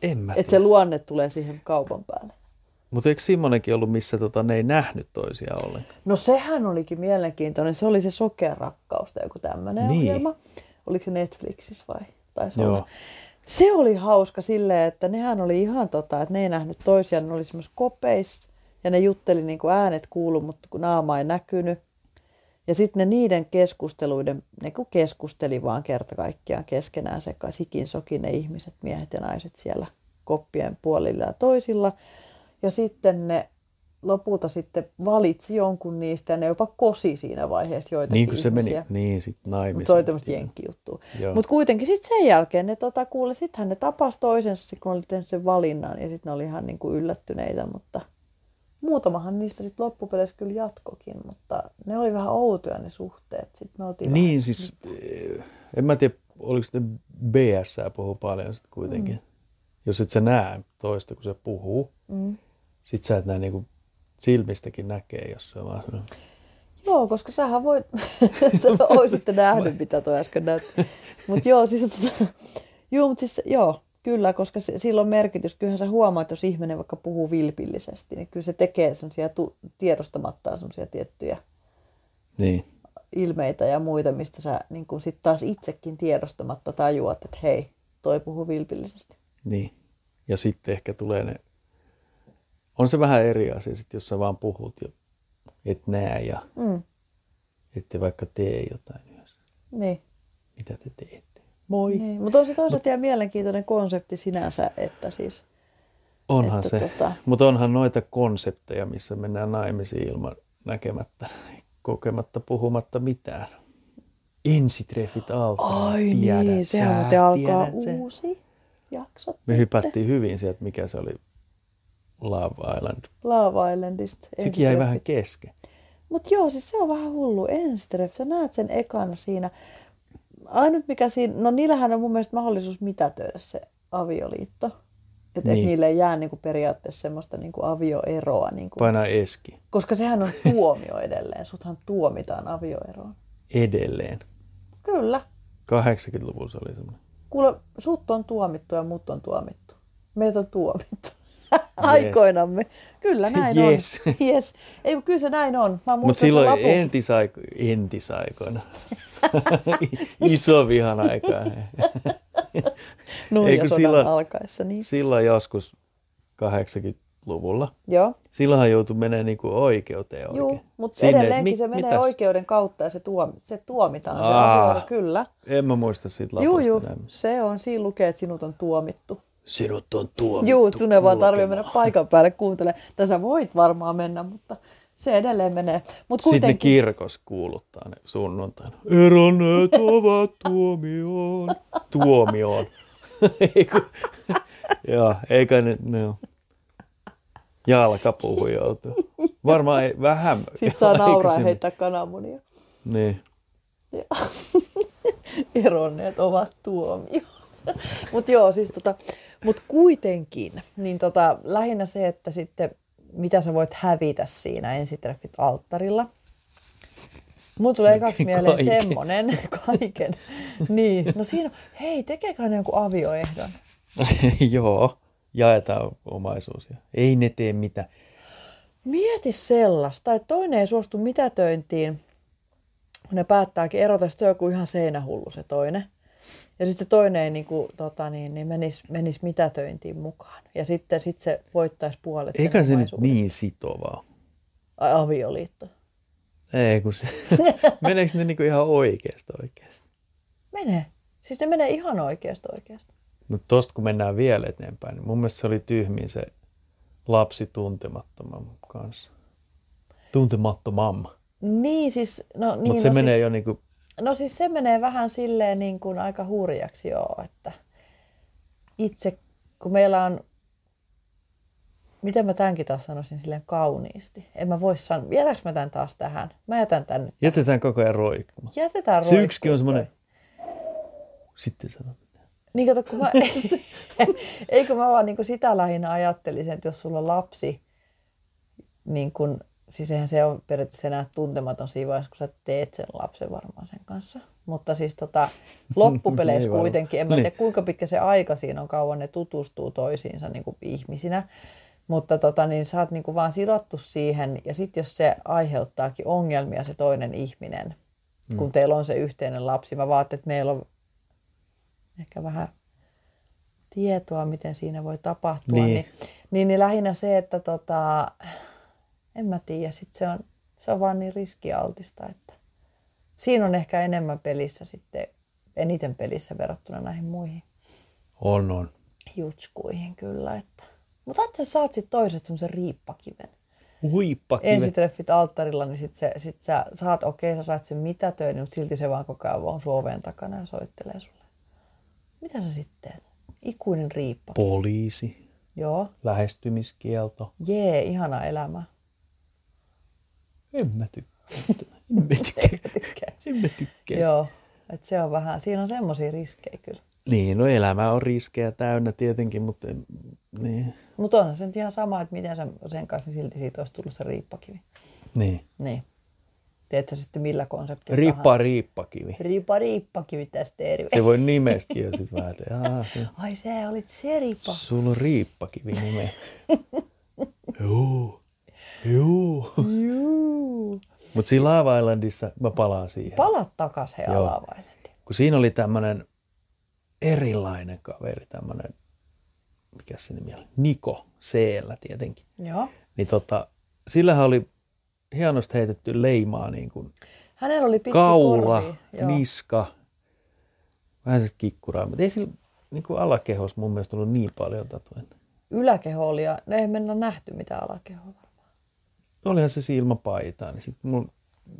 en mä Että se luonne tulee siihen kaupan päälle. Mutta eikö Simonenkin ollut, missä tota, ne ei nähnyt toisiaan ollenkaan? No sehän olikin mielenkiintoinen, se oli se sokea rakkaus tai joku tämmöinen Niin. niin. ohjelma. Oliko se Netflixissä vai? Taisi Joo. Joo. olla. Se oli hauska silleen, että nehän oli ihan tota, että ne ei nähnyt toisiaan, ne oli semmoisissa kopeissa ja ne jutteli niin kuin äänet kuulu, mutta kun naama ei näkynyt. Ja sitten ne niiden keskusteluiden, ne kun keskusteli vaan kerta kaikkiaan keskenään sekä sikin sokin ne ihmiset, miehet ja naiset siellä koppien puolilla ja toisilla. Ja sitten ne lopulta sitten valitsi jonkun niistä ja ne jopa kosi siinä vaiheessa joitakin Niin kuin se meni. ihmisiä. Niin, sit naimisiin. Mutta se oli tämmöistä jenkkijuttua. Joo. Mutta kuitenkin sitten sen jälkeen ne tota, kuule, sittenhän ne tapas toisensa, sit kun oli tehnyt sen valinnan, ja sitten ne oli ihan niinku yllättyneitä, mutta muutamahan niistä sitten loppupeleissä kyllä jatkokin, mutta ne oli vähän outoja ne suhteet. Sitten me oltiin Niin siis, eh, en mä tiedä, oliko ne BS puhuu paljon sit kuitenkin. Mm. Jos et sä näe toista, kun se puhuu, mm. sit sä et näe niinku silmistäkin näkee, jos se on vaan sellainen. Joo, koska sähän voit, sä oisitte nähnyt, mitä toi äsken näytti. Mutta joo, siis, tota, joo, mut siis, joo, kyllä, koska se, sillä on merkitys. Kyllähän sä huomaat, jos ihminen vaikka puhuu vilpillisesti, niin kyllä se tekee semmoisia tu- tiedostamattaan semmoisia tiettyjä Niin. ilmeitä ja muita, mistä sä niin kun sit taas itsekin tiedostamatta tajuat, että hei, toi puhuu vilpillisesti. Niin. Ja sitten ehkä tulee ne... On se vähän eri asia, sit, jos sä vaan puhut ja et näe ja Mm, ette vaikka tee jotain yhdessä. niin. Mitä te teette? Moi! niin. Mutta on se toisaalta ihan mielenkiintoinen konsepti sinänsä, että siis Onhan Että se. Tota... tota- Mutta onhan noita konsepteja, missä mennään naimisiin ilman näkemättä, kokematta, puhumatta mitään. Ensitreffit altaalla. Ai tiedät niin, sä, sehän muuten alkaa tiedät sä. uusi jakso. Me hypättiin hyvin sieltä, mikä se oli Love Island. Love Islandista. Sekin jäi vähän kesken. Mutta joo, siis se on vähän hullu ensitreffi. Sä näet sen ekana siinä. Ainut mikä siinä, no niillähän on mun mielestä mahdollisuus mitätöidä se avioliitto. Että Niin. niin. niille ei jää niinku periaatteessa semmoista niinku avioeroa. Niinku. Painaa eski Koska sehän on tuomio edelleen. Suthan tuomitaan avioeroon. edelleen. Kyllä. 80-luvulla se oli semmoinen. Kuule, sut on tuomittu ja mut on tuomittu. Meitä on tuomittu. Aikoinamme. Kyllä näin Jes. on. Yes. Ei, mutta kyllä se näin on. Mä Mutta muistan sen silloin lapun. entisaiko, entisaikoina, iso vihan aikaa, Nuija Ei, kun sodan silloin- alkaessa. Niin. silloin joskus 80-luvulla, Joo. silloinhan joutui menemään niinku oikeuteen oikein. Juu, mutta Sinne, et edelleenkin mi- se menee mitäs? Ah, oikein. oikeuden kautta ja se, tuom, se tuomitaan. Se Aa. avioero, kyllä. En mä muista siitä Juu, lapusta juu, enää. se on. Siinä lukee, että sinut on tuomittu. Sinut on tuomittu Juu, sun ei vaan tarvitse kulkemaan. mennä paikan päälle kuuntelemaan. Tai sä voit varmaan mennä, mutta se edelleen menee. Mutta Sitten ne kuitenkin, kirkos kuuluttaa ne sunnuntaina. Eronneet ovat tuomioon. Tuomioon. Eiku, joo, eikä ne, no. ne on. Jalkapuhu joutuu. Varmaan ei, vähän. sit saa nauraa ja aikaisemmin. heittää kananmunia. Niin. Eronneet ovat tuomio. mutta joo, siis tota, mut kuitenkin, niin tota, lähinnä se, että sitten mitä sä voit hävitä siinä ensitreffit alttarilla. Mun tulee kaksi mieleen Kaiken. semmonen kaiken. Niin, no siinä on, hei, tekeekö ne jonkun avioehdon? joo, jaetaan omaisuus. ja- Ei ne tee mitään. Mieti sellaista, että toinen ei suostu mitätöintiin, kun ne päättääkin erota, sitten on joku ihan seinähullu se toinen. Ja sitten se toinen ei niin kuin, tota niin, niin menisi, menis mitätöintiin mukaan. Ja sitten sit se voittaisi puolet sen Eikä se nyt omaisuuden. niin sitovaa. Ai, Avioliitto. Ei kun se. Meneekö ne niinku ihan oikeasta oikeasta? Menee. Siis ne menee ihan oikeasta oikeasta. Mutta tosta kun mennään vielä eteenpäin, niin mun mielestä se oli tyhmin se lapsi tuntemattoman kanssa. Tuntemattomam. Niin, Niin siis, no, niin, Mutta se no, no menee siis, siis... jo niinku, no siis se menee vähän silleen niin kuin aika hurjaksi joo, että itse, kun meillä on miten mä tämänkin taas sanoisin silleen kauniisti. En mä voi sanoa. Jätäks mä tämän taas tähän? Mä jätän tän nyt. jätetään koko ajan roikkumaan. Jätetään Se roikkuun yksikin on semmoinen, toi. sitten sano. Niin kato, kun mä... Eikö mä vaan niin kuin sitä lähinnä ajattelisin, että jos sulla on lapsi, niin kun, siis eihän se ole periaatteessa enää tuntematon siinä vaiheessa, kun sä teet sen lapsen varmaan sen kanssa. Mutta siis tota, loppupeleissä Ei varmaan. kuitenkin, en mä Niin. tiedä kuinka pitkä se aika siinä on, kauan ne tutustuu toisiinsa niin kuin ihmisinä. Mutta tota, niin sä oot niin kuin vaan sidottu siihen, ja sitten jos se aiheuttaakin ongelmia se toinen ihminen, Mm. kun teillä on se yhteinen lapsi, mä vaatin, että meillä on ehkä vähän tietoa, miten siinä voi tapahtua, niin, Niin. niin, niin, niin lähinnä se, että tota, en mä tiedä, sit se, on, se on vaan niin riskialtista, että siinä on ehkä enemmän pelissä sitten, eniten pelissä verrattuna näihin muihin On, on. jutskuihin kyllä, että mutta että sä saat sitten toiset semmoisen riippakiven. Huippakivet. Ensitreffit alttarilla, niin sit, se, sit sä saat, okei, sä saat sen mitä töitä, mutta silti se vaan koko ajan on suoveen takana ja soittelee sulle. Mitä sä sitten? Ikuinen riippa. Poliisi, Joo. lähestymiskielto. Jee, ihana elämä. En mä tykkää. En mä tykkää. Tykkään. En mä tykkää. Joo. Et se on vähän, siinä on semmoisia riskejä kyllä. Niin, no elämä on riskejä täynnä tietenkin, mutta en- niin. Mutta onhan se nyt ihan sama, että miten sen, sen kanssa, niin silti siitä olisi tullut se riippakivi. niin. Niin. Teetkö sitten millä konseptilla Riippa riippakivi. tahansa. Riippa riippakivi tästä eri. Se voi nimestäkin jo sitten vähän, että aah, se, Ai se olit se riippa. sulla on riippakivi nimeä. Juu, juu. Juu. Mutta siinä Lava Islandissa, mä palaan siihen, Palat takas he alaavaille. kun siinä oli tämmöinen erilainen kaveri, tämmöinen, mikä se nimi oli, Niko C-llä tietenkin. Joo. Niin tota, sillähän oli hienosti heitetty leimaa niin kuin Hänellä oli pitkä kaula, Niin. korvi. Joo. niska, vähän se kikkuraa, mutta ei sillä niin kuin alakehos mun mielestä ollut niin paljon tatuointeja. Yläkeho oli, ja no ei mennä nähty mitään alakehoa varmaan. olihan se siinä ilman paitaa, niin sit mun,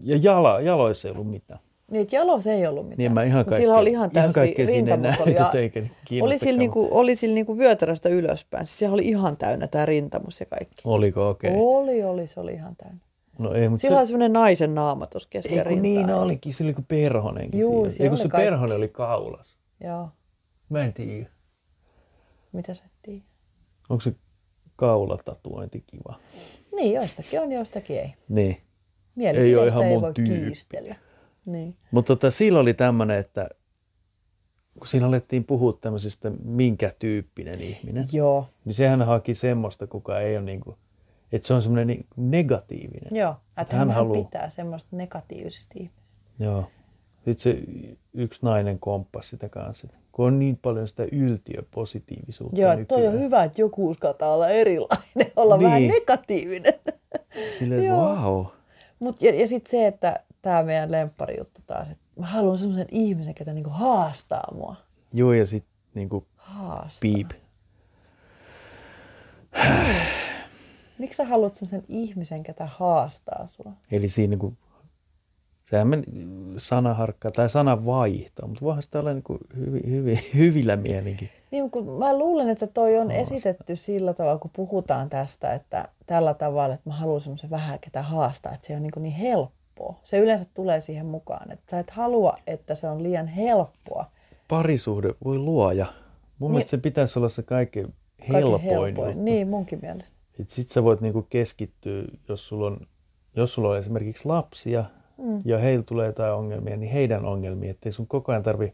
ja jala, jaloissa ei ollut mitään. Niin, että jalos ei ollut mitään. Niin en mä ihan Mut kaikkea, sillä oli ihan ihan täysi kaikkea siinä ei rintamusolia. näytetä, eikä nyt Oli sillä, kiinnostakaan. niinku, oli sillä niinku vyötäröstä ylöspäin. Siis siellä oli ihan täynnä tämä rintamus ja kaikki. Oliko, okei. Okay. Oli, oli, se oli ihan täynnä. No ei, mutta Sillä se, oli semmoinen naisen naama tuossa keskellä ei kun rintaa. niin olikin, sillä oli kuin perhonenkin Juu, siinä. siellä Ei kun oli se kaikki. perhonen oli kaulas. Joo, Mä en tiedä. mitä sä et tiedä. Onko se kaulatatuointi kiva? Niin, joistakin on, joistakin ei. Niin. Mielipiteistä ei, ihan mun voi tyyppi. kiistellä. Niin. Mutta tota, sillä oli tämmöinen, että kun siinä alettiin puhua tämmöisestä minkä tyyppinen ihminen, Joo. niin sehän haki semmoista, kuka ei ole niin kuin, että se on semmoinen niin negatiivinen. Joo. Että hän hän, haluu. pitää semmoista negatiivisista ihmisistä. Joo. Sitten se yksi nainen komppasi sitä kanssa, että kun on niin paljon sitä yltiöpositiivisuutta Joo, että nykyään. toi on hyvä, että joku uskaltaa olla erilainen, olla niin. vähän Niin. negatiivinen. Silleen, Joo. wow. Mut, ja, ja sitten se, että tämä meidän lempparijuttu taas, että mä haluan semmoisen ihmisen, ketä niinku haastaa mua. Joo, ja sitten niinku Haastaa. piip. Miksi sä haluat semmoisen ihmisen, ketä haastaa sua? Eli siinä niinku, sehän meni sanaharkkaa tai sananvaihtoa, mutta voihan sitä olla niinku hyvi, hyvi, hyvillä mielinkin. Niin, kun mä luulen, että toi on esitetty sillä tavalla, kun puhutaan tästä, että tällä tavalla, että mä haluan semmoisen vähän, ketä haastaa, että se on niin, niin helppoa. Se yleensä tulee siihen mukaan, että sä et halua, että se on liian helppoa. Parisuhde voi luoja. Mun mielestä se pitäisi olla se kaikkein Kaikki helpoin. juttu. Niin, munkin mielestä. Et sit sä voit niinku keskittyä, jos sulla, on, jos sulla on esimerkiksi lapsia mm. ja heillä tulee jotain ongelmia, niin heidän ongelmia, ettei sun koko ajan tarvi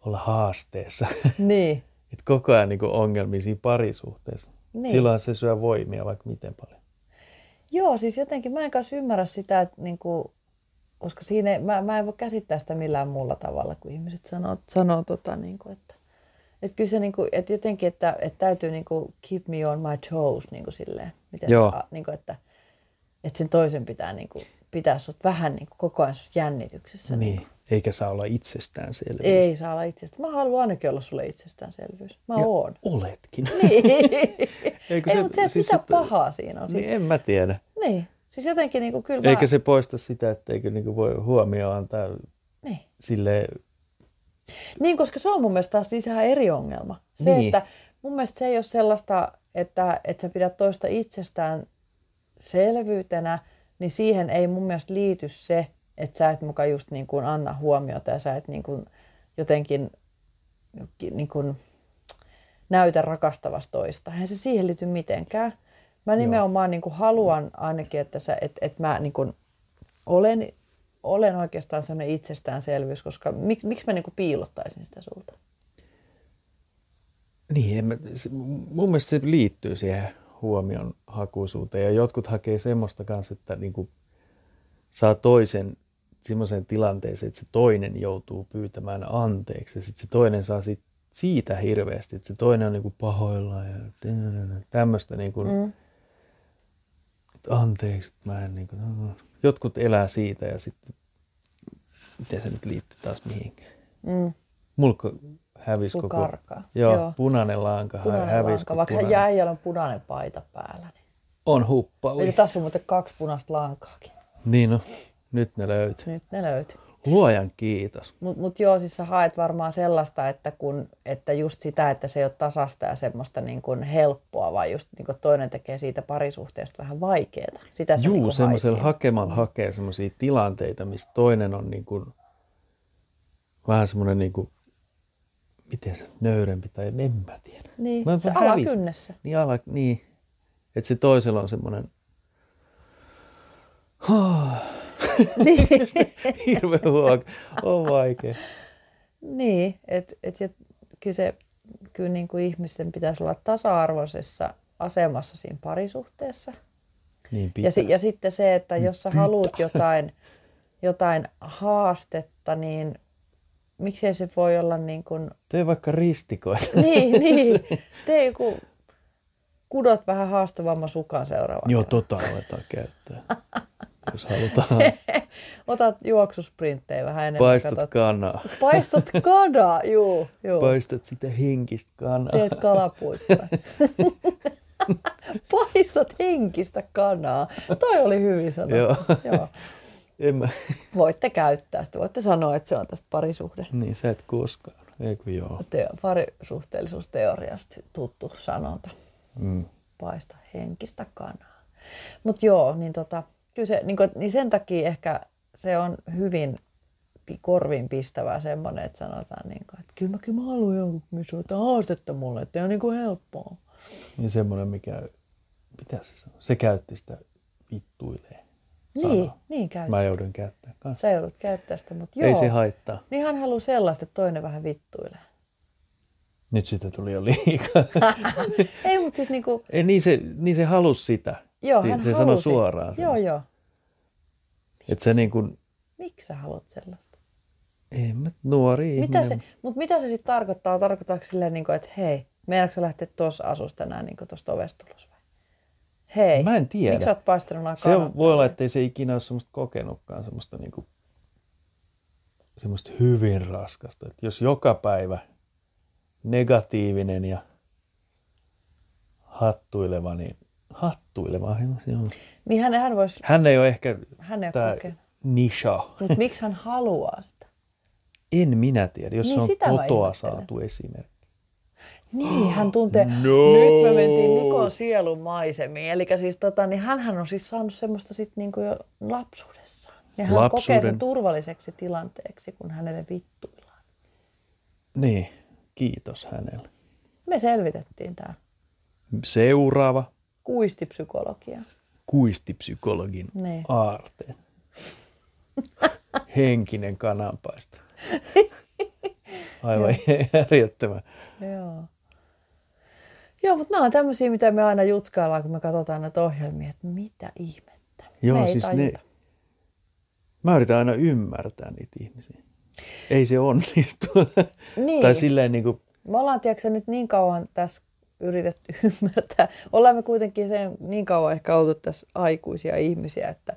olla haasteessa. Niin, Et koko ajan niinku ongelmia siinä parisuhteessa. Niin. Niin. Silloin se syö voimia vaikka miten paljon. Joo, siis jotenkin mä en kanssa ymmärrä sitä, että niinku, koska siinä ei, mä, mä en voi käsittää sitä millään muulla tavalla, kun ihmiset sanoo, sanoo tota, niinku, että, että kyllä se niinku, että jotenkin, että, että täytyy niinku keep me on my toes, niinku silleen, miten, Joo. a- niinku, että, että sen toisen pitää niinku, pitää sut vähän niinku koko ajan sut jännityksessä. Niin. Niin. Eikä saa olla itsestään selvä. Ei saa olla itsestä. Mä haluan ainakin olla sulle itsestäänselvyys. Mä Ja oon. Oletkin. Niin. Ei, Eikö se, mutta se, siis mitä sitten- pahaa siinä on. Siis, Niin en mä tiedä. niin. niin. Siis jotenkin niinku, kyllä Eikä mä, se poista sitä, etteikö niinku voi huomioon antaa niin. sille Niin, koska se on mun mielestä taas siis ihan eri ongelma. Se, niin. Niin. että mun mielestä se ei ole sellaista, että, että sä pidät toista itsestään selvyytenä, niin siihen ei mun mielestä liity se, että sä et muka just niin kuin anna huomiota ja sä et niin kuin jotenkin niin kuin näytä rakastavasta toista. Eihän se siihen liity mitenkään. Mä nimenomaan niin kuin haluan ainakin, että, sä, et, et mä niin kuin olen, olen oikeastaan sellainen itsestäänselvyys, koska mik, miksi mä niin kuin piilottaisin sitä sulta? Niin, en mä, se, mun mielestä se liittyy siihen huomion hakuisuuteen. Ja jotkut hakee semmoista kanssa, että niinku saa toisen semmoiseen tilanteeseen, että se toinen joutuu pyytämään anteeksi. Ja sitten se toinen saa sit siitä hirveästi, että se toinen on niinku pahoillaan ja tämmöistä. Niinku, mm. Anteeksi, että mä en niinku, jotkut elää siitä ja sitten miten se nyt liittyy taas mihinkään. Mm, Mulko hävisi sun Siis koko karkaa. Joo, Joo. punainen lanka punainen Punainen hävisi. lanka, kun vaikka punainen- jäijällä on punainen paita päällä. Niin. On huppa. Eli tässä on muuten kaksi punaista lankaakin. Niin no, nyt ne löytyy. Nyt ne löytyy. Luojan kiitos. Mutta mut joo, siis sä haet varmaan sellaista, että, kun, että just sitä, että se ei ole tasasta ja semmoista niin kuin helppoa, vaan just niin kuin toinen tekee siitä parisuhteesta vähän vaikeaa. Sitä sä niin Juu, kuin semmoisella hait siinä. hakemalla hakee semmoisia tilanteita, missä toinen on niin kuin, vähän semmoinen niin kuin, miten se, nöyrempi tai en mä tiedä. Niin, Mä- mä se hävisin. alakynnessä. Niin, ala, niin. että se toisella on semmoinen Niin. hirveä huok, on vaikea. Niin, että et, et, kyllä, se, kyllä niin kuin ihmisten pitäisi olla tasa-arvoisessa asemassa siinä parisuhteessa. Niin pitää. Ja, si, ja sitten se, että Mm, jos sä haluat jotain, jotain haastetta, niin miksei se voi olla niin kuin, Tee vaikka ristikoita. niin, niin, tee joku, kudot vähän haastavamman sukan seuraavaksi. Joo, tota aletaan käyttää, jos halutaan. Otat juoksusprinttejä vähän enemmän. Paistat katot- kanaa. paistat kadaa, juu, juu. Paistat sitä henkistä kanaa. Teet kalapuikkoja. Paistat henkistä kanaa. Toi oli hyvin sanottu. Joo. Joo. En mä. Voitte käyttää sitä. Voitte sanoa, että se on tästä parisuhde. Niin, sä et koskaan. Eikö joo. Te- parisuhteellisuusteoriasta tuttu sanonta. Mm. Paista henkistä kanaa. Mutta joo, niin, tota, kyllä se, niin, kun, niin sen takia ehkä se on hyvin pi- korviin pistävää semmoinen, että sanotaan, niin kun, että kyllä mä, kyllä mä haluan jonkun, missä on jotain haastetta mulle, että ei ole niin kuin helppoa. Niin semmonen, mikä... Mitä se sanoo? Se käytti sitä vittuilee. Niin, niin käy. Mä joudun käyttämään kanssa. Sä joudut käyttää sitä, mutta Joo. joo. Ei se haittaa. Niin hän haluaa sellaista, että toinen vähän vittuilee. Nyt sitä tuli jo liikaa. Ei, mutta siis niinku, Ei, niin, se, niin se halusi sitä. joo, se hän se halusi. sanoi suoraan. Joo, joo. Että se niin kuin, Miksi sä haluat sellaista? ei mä, nuori Mitä se, ihminen. mut mitä se sitten tarkoittaa? Tarkoittaako silleen, niinku, että hei, meinaatko sä lähteä tuossa asus tänään niinku tuosta ovesta ulos vai? Hei, Mä en tiedä. miksi sä oot paistanut nää Se kanat on, voi olla, päälle? ettei se ikinä ole semmoista kokenutkaan, semmoista, niin kuin, semmoista hyvin raskasta. Että jos joka päivä negatiivinen ja hattuileva, niin hattuileva. Joo. Niin hän, hän voisi, Hän ei ole ehkä hän ei ole tää kokenut. Nisha. Mutta miksi hän haluaa sitä? En minä tiedä, jos Niin, se on sitä mä kotoa ihmettelen. saatu esimerkki. Niin, hän tuntee, No. nyt me mentiin Nikon sielun maisemiin. Eli siis tota, niin hänhän on siis saanut semmoista sit niinku jo lapsuudessaan. Ja hän kokee sen Lapsuuden- turvalliseksi tilanteeksi, kun hänelle vittuillaan. Niin, kiitos hänelle. Me selvitettiin tämä Seuraava kuistipsykologia. kuistipsykologin Niin. aarteen. Henkinen kananpaista. Aivan järjettömän. Joo. Joo, mutta nämä on tämmöisiä, mitä me aina jutskaillaan, kun me katsotaan näitä ohjelmia, että mitä ihmettä. Joo, me ei siis tajuta. ne, mä yritän aina ymmärtää niitä ihmisiä. Ei se onnistu. Niin. Tai silleen niin kuin, Me ollaan, tiedätkö, sä, nyt niin kauan tässä yritetty ymmärtää. Ollaan me kuitenkin sen, niin kauan ehkä oltu tässä aikuisia ihmisiä, että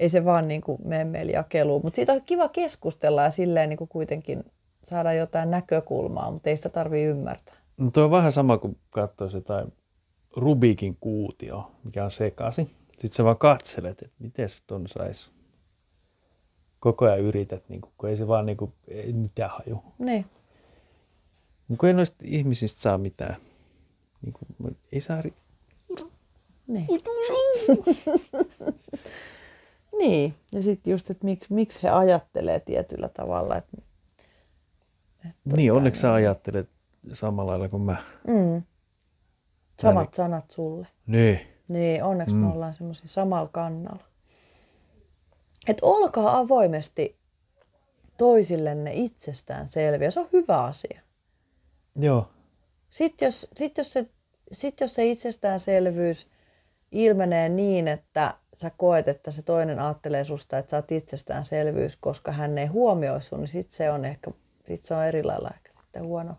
ei se vaan niin kuin mene meillä jakeluun. Mutta siitä on kiva keskustella ja silleen niin kuin kuitenkin saada jotain näkökulmaa, mutta ei sitä tarvitse ymmärtää. no toi on vähän sama kuin katsoisi jotain Rubikin kuutio, mikä on sekaisin. Sitten sä vaan katselet, että miten se ton saisi. Koko ajan yrität, niin kuin, kun ei se vaan niin kuin, ei mitään haju. Niin. Niin Kun ei noista ihmisistä saa mitään. Niin kuin, ei saa... ri- Niin. niin. Ja sitten just, että miksi, miksi he ajattelee tietyllä tavalla. Että, Niin, onneksi sä ajattelet samalla lailla kuin mä. mm, samat sanat sulle. Niin. Niin, onneksi mm. me ollaan semmoisia samalla kannalla. Et olkaa avoimesti toisillenne itsestään selviä. Se on hyvä asia. Joo. Sitten jos, sit jos, se, sit jos se itsestäänselvyys ilmenee niin, että sä koet, että se toinen ajattelee susta, että sä oot itsestäänselvyys, koska hän ei huomioi sun, niin sit se on ehkä sit se on eri lailla ehkä sitten huono,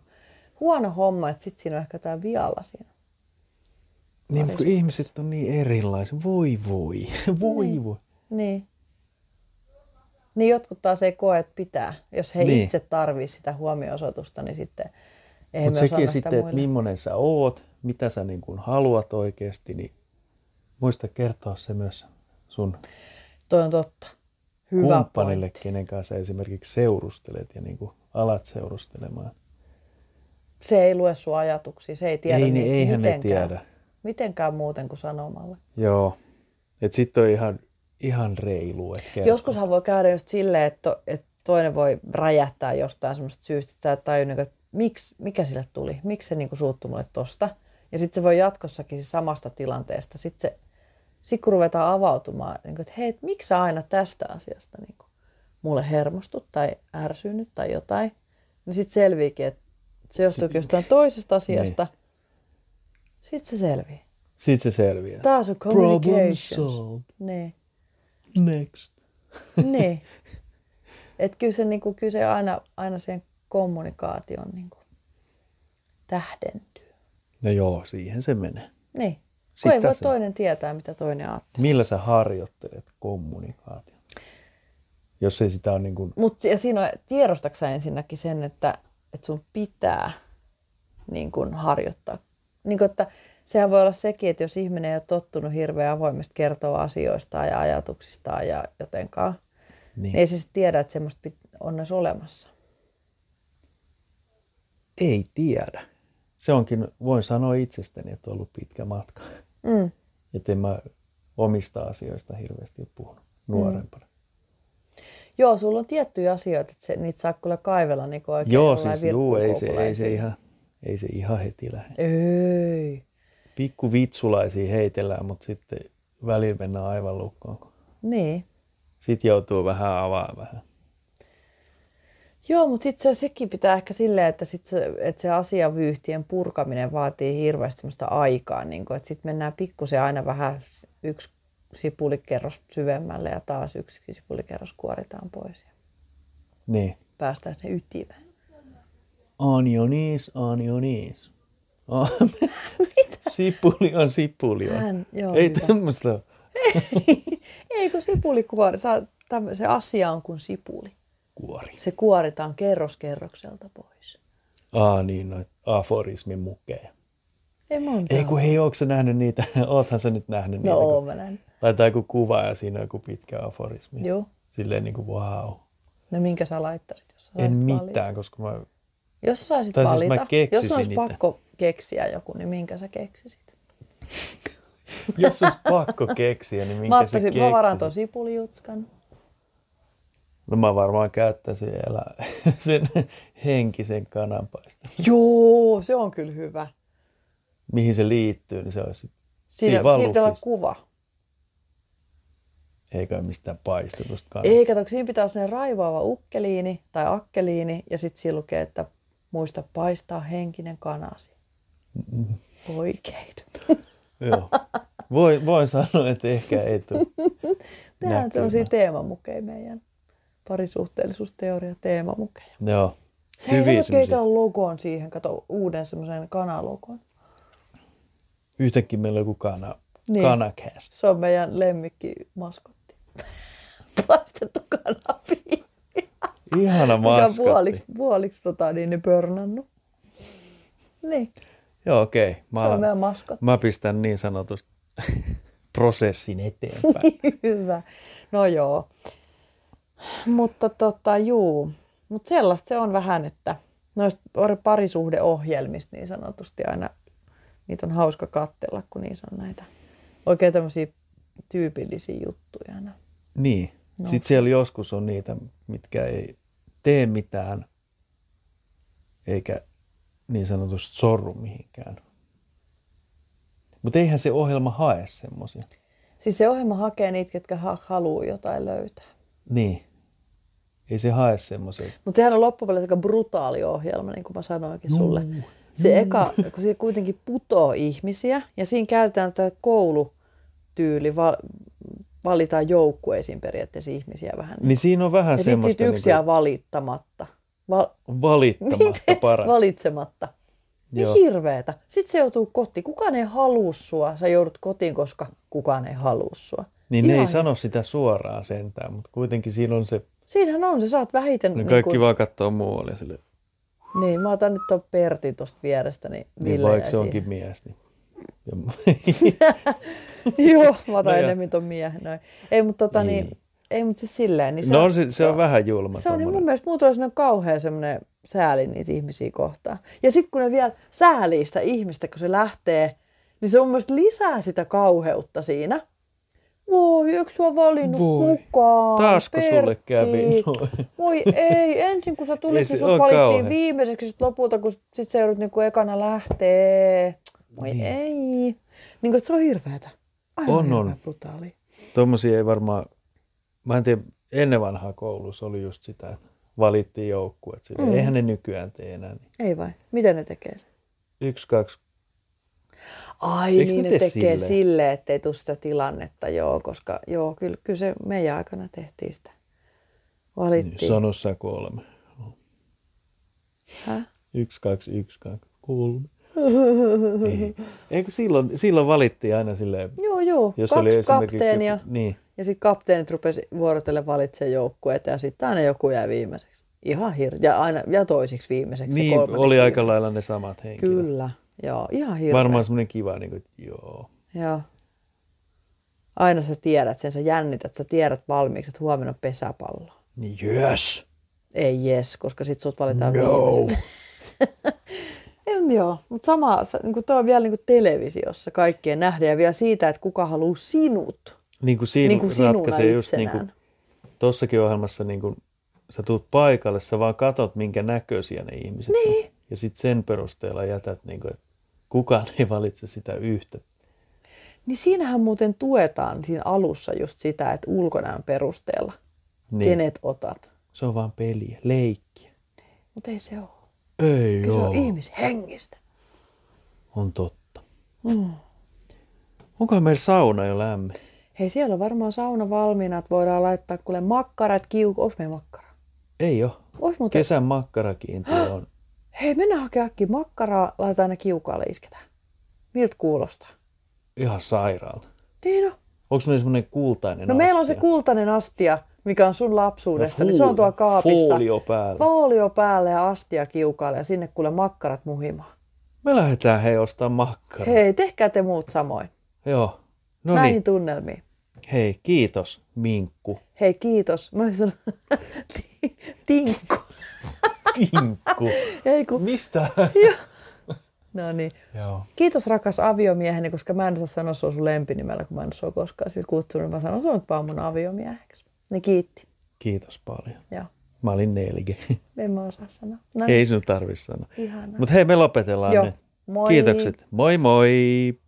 huono homma, että sit siinä on ehkä jotain vialla siinä. Niin, mutta kun ihmiset on niin erilaisia. Voi voi. Voi niin. voi. Niin. Niin jotkut taas ei koe, että pitää. Jos he niin. Niin. itse tarvii sitä huomioosoitusta, niin sitten ei Mutta myös anna sekin sitä sitten, että muille. millainen sä oot, mitä sä niin kuin haluat oikeasti, niin muista kertoa se myös sun Toi on totta. Hyvä kumppanille, pointti. kenen kanssa sä esimerkiksi seurustelet ja niin kuin alat seurustelemaan. Se ei lue sun ajatuksia, se ei tiedä Ei, niin niitä eihän ne mitenkään. tiedä. Mitenkään muuten kuin sanomalla. Joo. Et sitten on ihan, ihan reilu, että kertoo. Joskushan voi käydä just silleen, että, to, että toinen voi räjähtää jostain semmoista syystä, että sä et tajua, niinku, että miksi, mikä sille tuli, miksi se niinku suuttui mulle tosta. Ja sitten se voi jatkossakin siis samasta tilanteesta. Sitten se, sit kun ruvetaan avautumaan, niinku, että hei, et miksi sä aina tästä asiasta niinku, mulle hermostut tai ärsynyt tai jotain, niin sitten selviikin, että se johtuukin jostain toisesta asiasta. Niin. Sitten se selvii. Sitten se selviää. Taas on Problem communication. solved. Niin. Next. Niin. Et kyllä se, niinku, kyllä se aina, aina siihen kommunikaation niinku, tähdentyy. No joo, siihen se menee. Niin. Kun Sitä ei voi se on. toinen tietää, mitä toinen ajattelee. Millä sä harjoittelet kommunikaatiota? Jos ei sitä ole niin kuin, Mut, ja siinä on, tiedostatko sä ensinnäkin sen, että, että sun pitää niin kun, harjoittaa. Niin kun, että sehän voi olla sekin, että jos ihminen ei ole tottunut hirveän avoimesti kertoa asioistaan ja ajatuksistaan ja jotenkaan, niin, niin ei se sit tiedä, että semmoista pit- on edes olemassa. ei tiedä. Se onkin, voin sanoa itsestäni, että on ollut pitkä matka. Mm. Että en mä omista asioista hirveästi ole puhunut Mm. nuorempana. Joo, sulla on tiettyjä asioita, että se, niitä saa kyllä kaivella niin oikein Joo, jollain siis juu, ei se, ei, se virkkukoukulaisiin. ihan, ei se ihan heti lähde. Ei. Pikku vitsulaisia heitellään, mutta sitten välillä mennään aivan lukkoon. kun Niin. Sitten joutuu vähän avaa vähän. Joo, mutta sitten se, sekin pitää ehkä silleen, että, sit se, että se asiavyyhtien purkaminen vaatii hirveästi semmoista aikaa. Niin kun, että sitten mennään pikkusen aina vähän s- yksi sipulikerros syvemmälle ja taas yksi sipulikerros kuoritaan pois ja Niin. päästään sinne ytimeen. Anjonis, anjonis. Oh. Sipuli on sipuli. On. Hän- joo, Ei hyvä. tämmöistä ole. Ei kun sipuli kuori, saa tämmö- se asia on kuin sipuli. kuori. Se kuoritaan kerros kerrokselta pois. Aa, niin, noit aforismin mukeja. Ei monta. Ei kun hei, ootko sä nähnyt niitä? Oothan sä nyt nähnyt niitä. no kun oon mä näin. Laitetaan joku kuva ja siinä on joku pitkä aforismi. Joo. Silleen niin kuin wow. No minkä sä laittaisit, jos sä saisit En valita? mitään, koska mä... Jos sä saisit Tai siis mä valita, jos keksisin olisi niitä. pakko keksiä joku, niin minkä sä keksisit? Jos olisi pakko keksiä, niin minkä mä, sä ottaisin, mä varaan ton keksisit? sipulijutskan. No mä varmaan käyttäisin elä, sen henkisen kananpaista. Joo, se on kyllä hyvä. Mihin se liittyy, niin se olisi... Siinä, vaan siinä pitää olla lukisi. kuva. Eikä ole mistään paistetusta kananpaista. Ei, kato, kun siinä pitää olla sellainen raivaava ukkeliini tai akkeliini, ja sitten siinä lukee, että muista paistaa henkinen kanasi. Mm. Oikein. Joo. Voi, voin sanoa, että ehkä ei tule Tehdään Näkymä. näkymään. sellaisia teemamukeja meidän parisuhteellisuusteoria teemamukeja. Joo. Se ei semmoista semmosia- keitellä logon siihen, kato uuden semmoisen kanalogon. Yhtäkkiä meillä on joku kana, Niin. niin. kanacast. Se on meidän lemmikki maskotti. Paistettu kanapi. Ihana Mikä on maskotti. puoliksi, puoliksi tota, niin, niin pörnannut. Niin, Joo, okei. Okay. se Mä, on alan- meidän maskotti. mä pistän niin sanotusti prosessin eteenpäin. Hyvä. No joo. Mutta tota, juu. Mutta sellaista se on vähän, että noista or- parisuhdeohjelmista niin sanotusti aina, niitä on hauska katsella, kun niissä on näitä oikein tämmöisiä tyypillisiä juttuja aina. niin. No. Sitten siellä joskus on niitä, mitkä ei tee mitään, eikä niin sanotusti sorru mihinkään. Mutta eihän se ohjelma hae semmoisia. Siis se ohjelma hakee niitä, ketkä ha- haluaa jotain löytää. Niin. Ei se hae semmoisia. Mutta sehän on loppupeleissä aika brutaali ohjelma, niin kuin mä sanoinkin sulle. Se eka, kun se kuitenkin putoo ihmisiä, ja siinä käytetään tätä koulutyyli, val, valitaan joukkueisiin periaatteessa ihmisiä vähän. Niin siinä on vähän ja sitten sit semmoista yksi Niin niinku jää valittamatta, Val, valittamatta parasta. valitsematta. Niin Joo. hirveetä. Sitten se joutuu kotiin. Kukaan ei halua sua. Sä joudut kotiin, koska kukaan ei halua sua. Niin ne ei Ihan- sano sitä suoraan sentään, mutta kuitenkin siinä on se... Siinähän on se, saat vähiten... Ne niin kaikki kun- vaan katsoo muualle sille, Niin, mä otan nyt ton Pertin tosta vierestä, niin Ville niin vaikka jäi se siihen. onkin mies. Niin. Joo, mä No otan no joo. enemmän ton miehen noin. Ei, mutta tota niin, Niin. ei, mutta siis silleen. Niin Se no on, se, se on vähän julma Se on niin mun tommonen. mielestä, mulla tulee semmoinen kauhean semmoinen sääli niitä ihmisiä kohtaan. Ja sitten kun ne vielä säälii sitä ihmistä, kun se lähtee, niin se mun mielestä lisää sitä kauheutta siinä. Voi, eikö sua valinnut Voi. kukaan? Taasko sulle Pertti? kävi No. noin? Voi ei, ensin kun sä tulit, Ei niin se sut ole valittiin kauhea. viimeiseksi, sit lopulta kun sit sä joudut niinku ekana lähtee. Voi niin. ei. Niin kun, se on hirveetä. Aivan On, hirveä on. brutaali. Tuommoisia ei varmaan... Mä en tiedä, ennen vanhaa koulussa oli just sitä, että valittiin joukkueet. Mm. Eihän ne nykyään tee enää. Niin. Ei vai? Miten ne tekee sen? Yksi, kaksi. Ai Eiks niin, ne ne tekee tee silleen, silleen? sille, ettei tule sitä tilannetta, joo, koska joo, kyllä, kyllä se meidän aikana tehtiin sitä. Niin, Valittiin. sano sä kolme. Häh? Yksi, kaksi, yksi, kaksi, kolme. Ei. Eikö silloin, silloin valittiin aina silleen, Joo, joo. jos Kaksi oli esimerkiksi... kapteenia. Joku, niin. Ja sitten kapteenit rupesi vuorotellen valitsemaan joukkueita ja sitten aina joku jäi viimeiseksi. Ihan hirveä. Ja, aina, ja toisiksi viimeiseksi. ja Niin, kolmanneksi oli aika viimeiseksi. lailla ne samat henkilöt. Kyllä, joo. Ihan hirveä. Varmaan semmoinen kiva, niin kuin, että joo. Joo. Aina sä tiedät sen, sä jännität, sä tiedät valmiiksi, että huomenna on pesäpallo. Niin yes! Ei jes, koska sit sut valitaan No! viimeiseksi. En, joo, mutta sama, niin kuin toi on vielä niin kuin televisiossa kaikkien nähdä ja vielä siitä, että kuka haluaa sinut. niin kuin siinä Niin niin kuin kuin sinuna ratkaisee just niin itsenään. kuin, tossakin ohjelmassa niin kuin, sä tuut paikalle, sä vaan katot, minkä näköisiä ne ihmiset niin. on. Ja sitten sen perusteella jätät, niin kuin, että kukaan ei valitse sitä yhtä Niin siinähän muuten tuetaan siinä alussa just sitä, että ulkonäön perusteella, niin. Niin. kenet otat. Se on vaan peliä, leikkiä. Mutta ei se ole. Ei Kyse oo. on ihmishengistä. On totta. Mm. Onkohan meillä sauna jo lämmin? Hei, siellä on varmaan sauna valmiina, että voidaan laittaa kuule makkarat, kiukku. Ois meillä makkara? Ei oo. Ois muuten. Kesän makkarakiintiö on. Hei, mennään hakemaan äkkiä makkaraa, laitetaan aina kiukaalle isketään. Miltä kuulostaa? ihan sairaalta. Niin on. Onko meillä semmoinen kultainen No meillä on se astia? kultainen astia, mikä on sun lapsuudesta, No niin se on tuolla fuul- kaapissa. No- foolio päällä. Foolio päällä ja astia kiukaalle ja sinne kuule makkarat muhimaan. Me lähdetään hei ostaa makkara. Hei, tehkää te muut samoin. Joo. No Näihin niin. tunnelmiin. Hei, kiitos Minkku. Hei, kiitos. Mä olisin sanonut, ti- tinkku. Minkku. Ei kun, Mistä? no niin. Joo. Kiitos rakas aviomieheni, koska mä en osaa sanoa sua sun lempinimellä, kun mä en sua koskaan sillä kutsunut. Mä sanon sua nyt vaan mun aviomieheksi. Niin kiitti. Kiitos paljon. Joo, Mä olin nelge. en mä osaa sanoa. No, Ei sinun tarvi sanoa. Ihanaa. Mutta hei, me lopetellaan Joo. nyt. Moi. Kiitokset. Moi moi.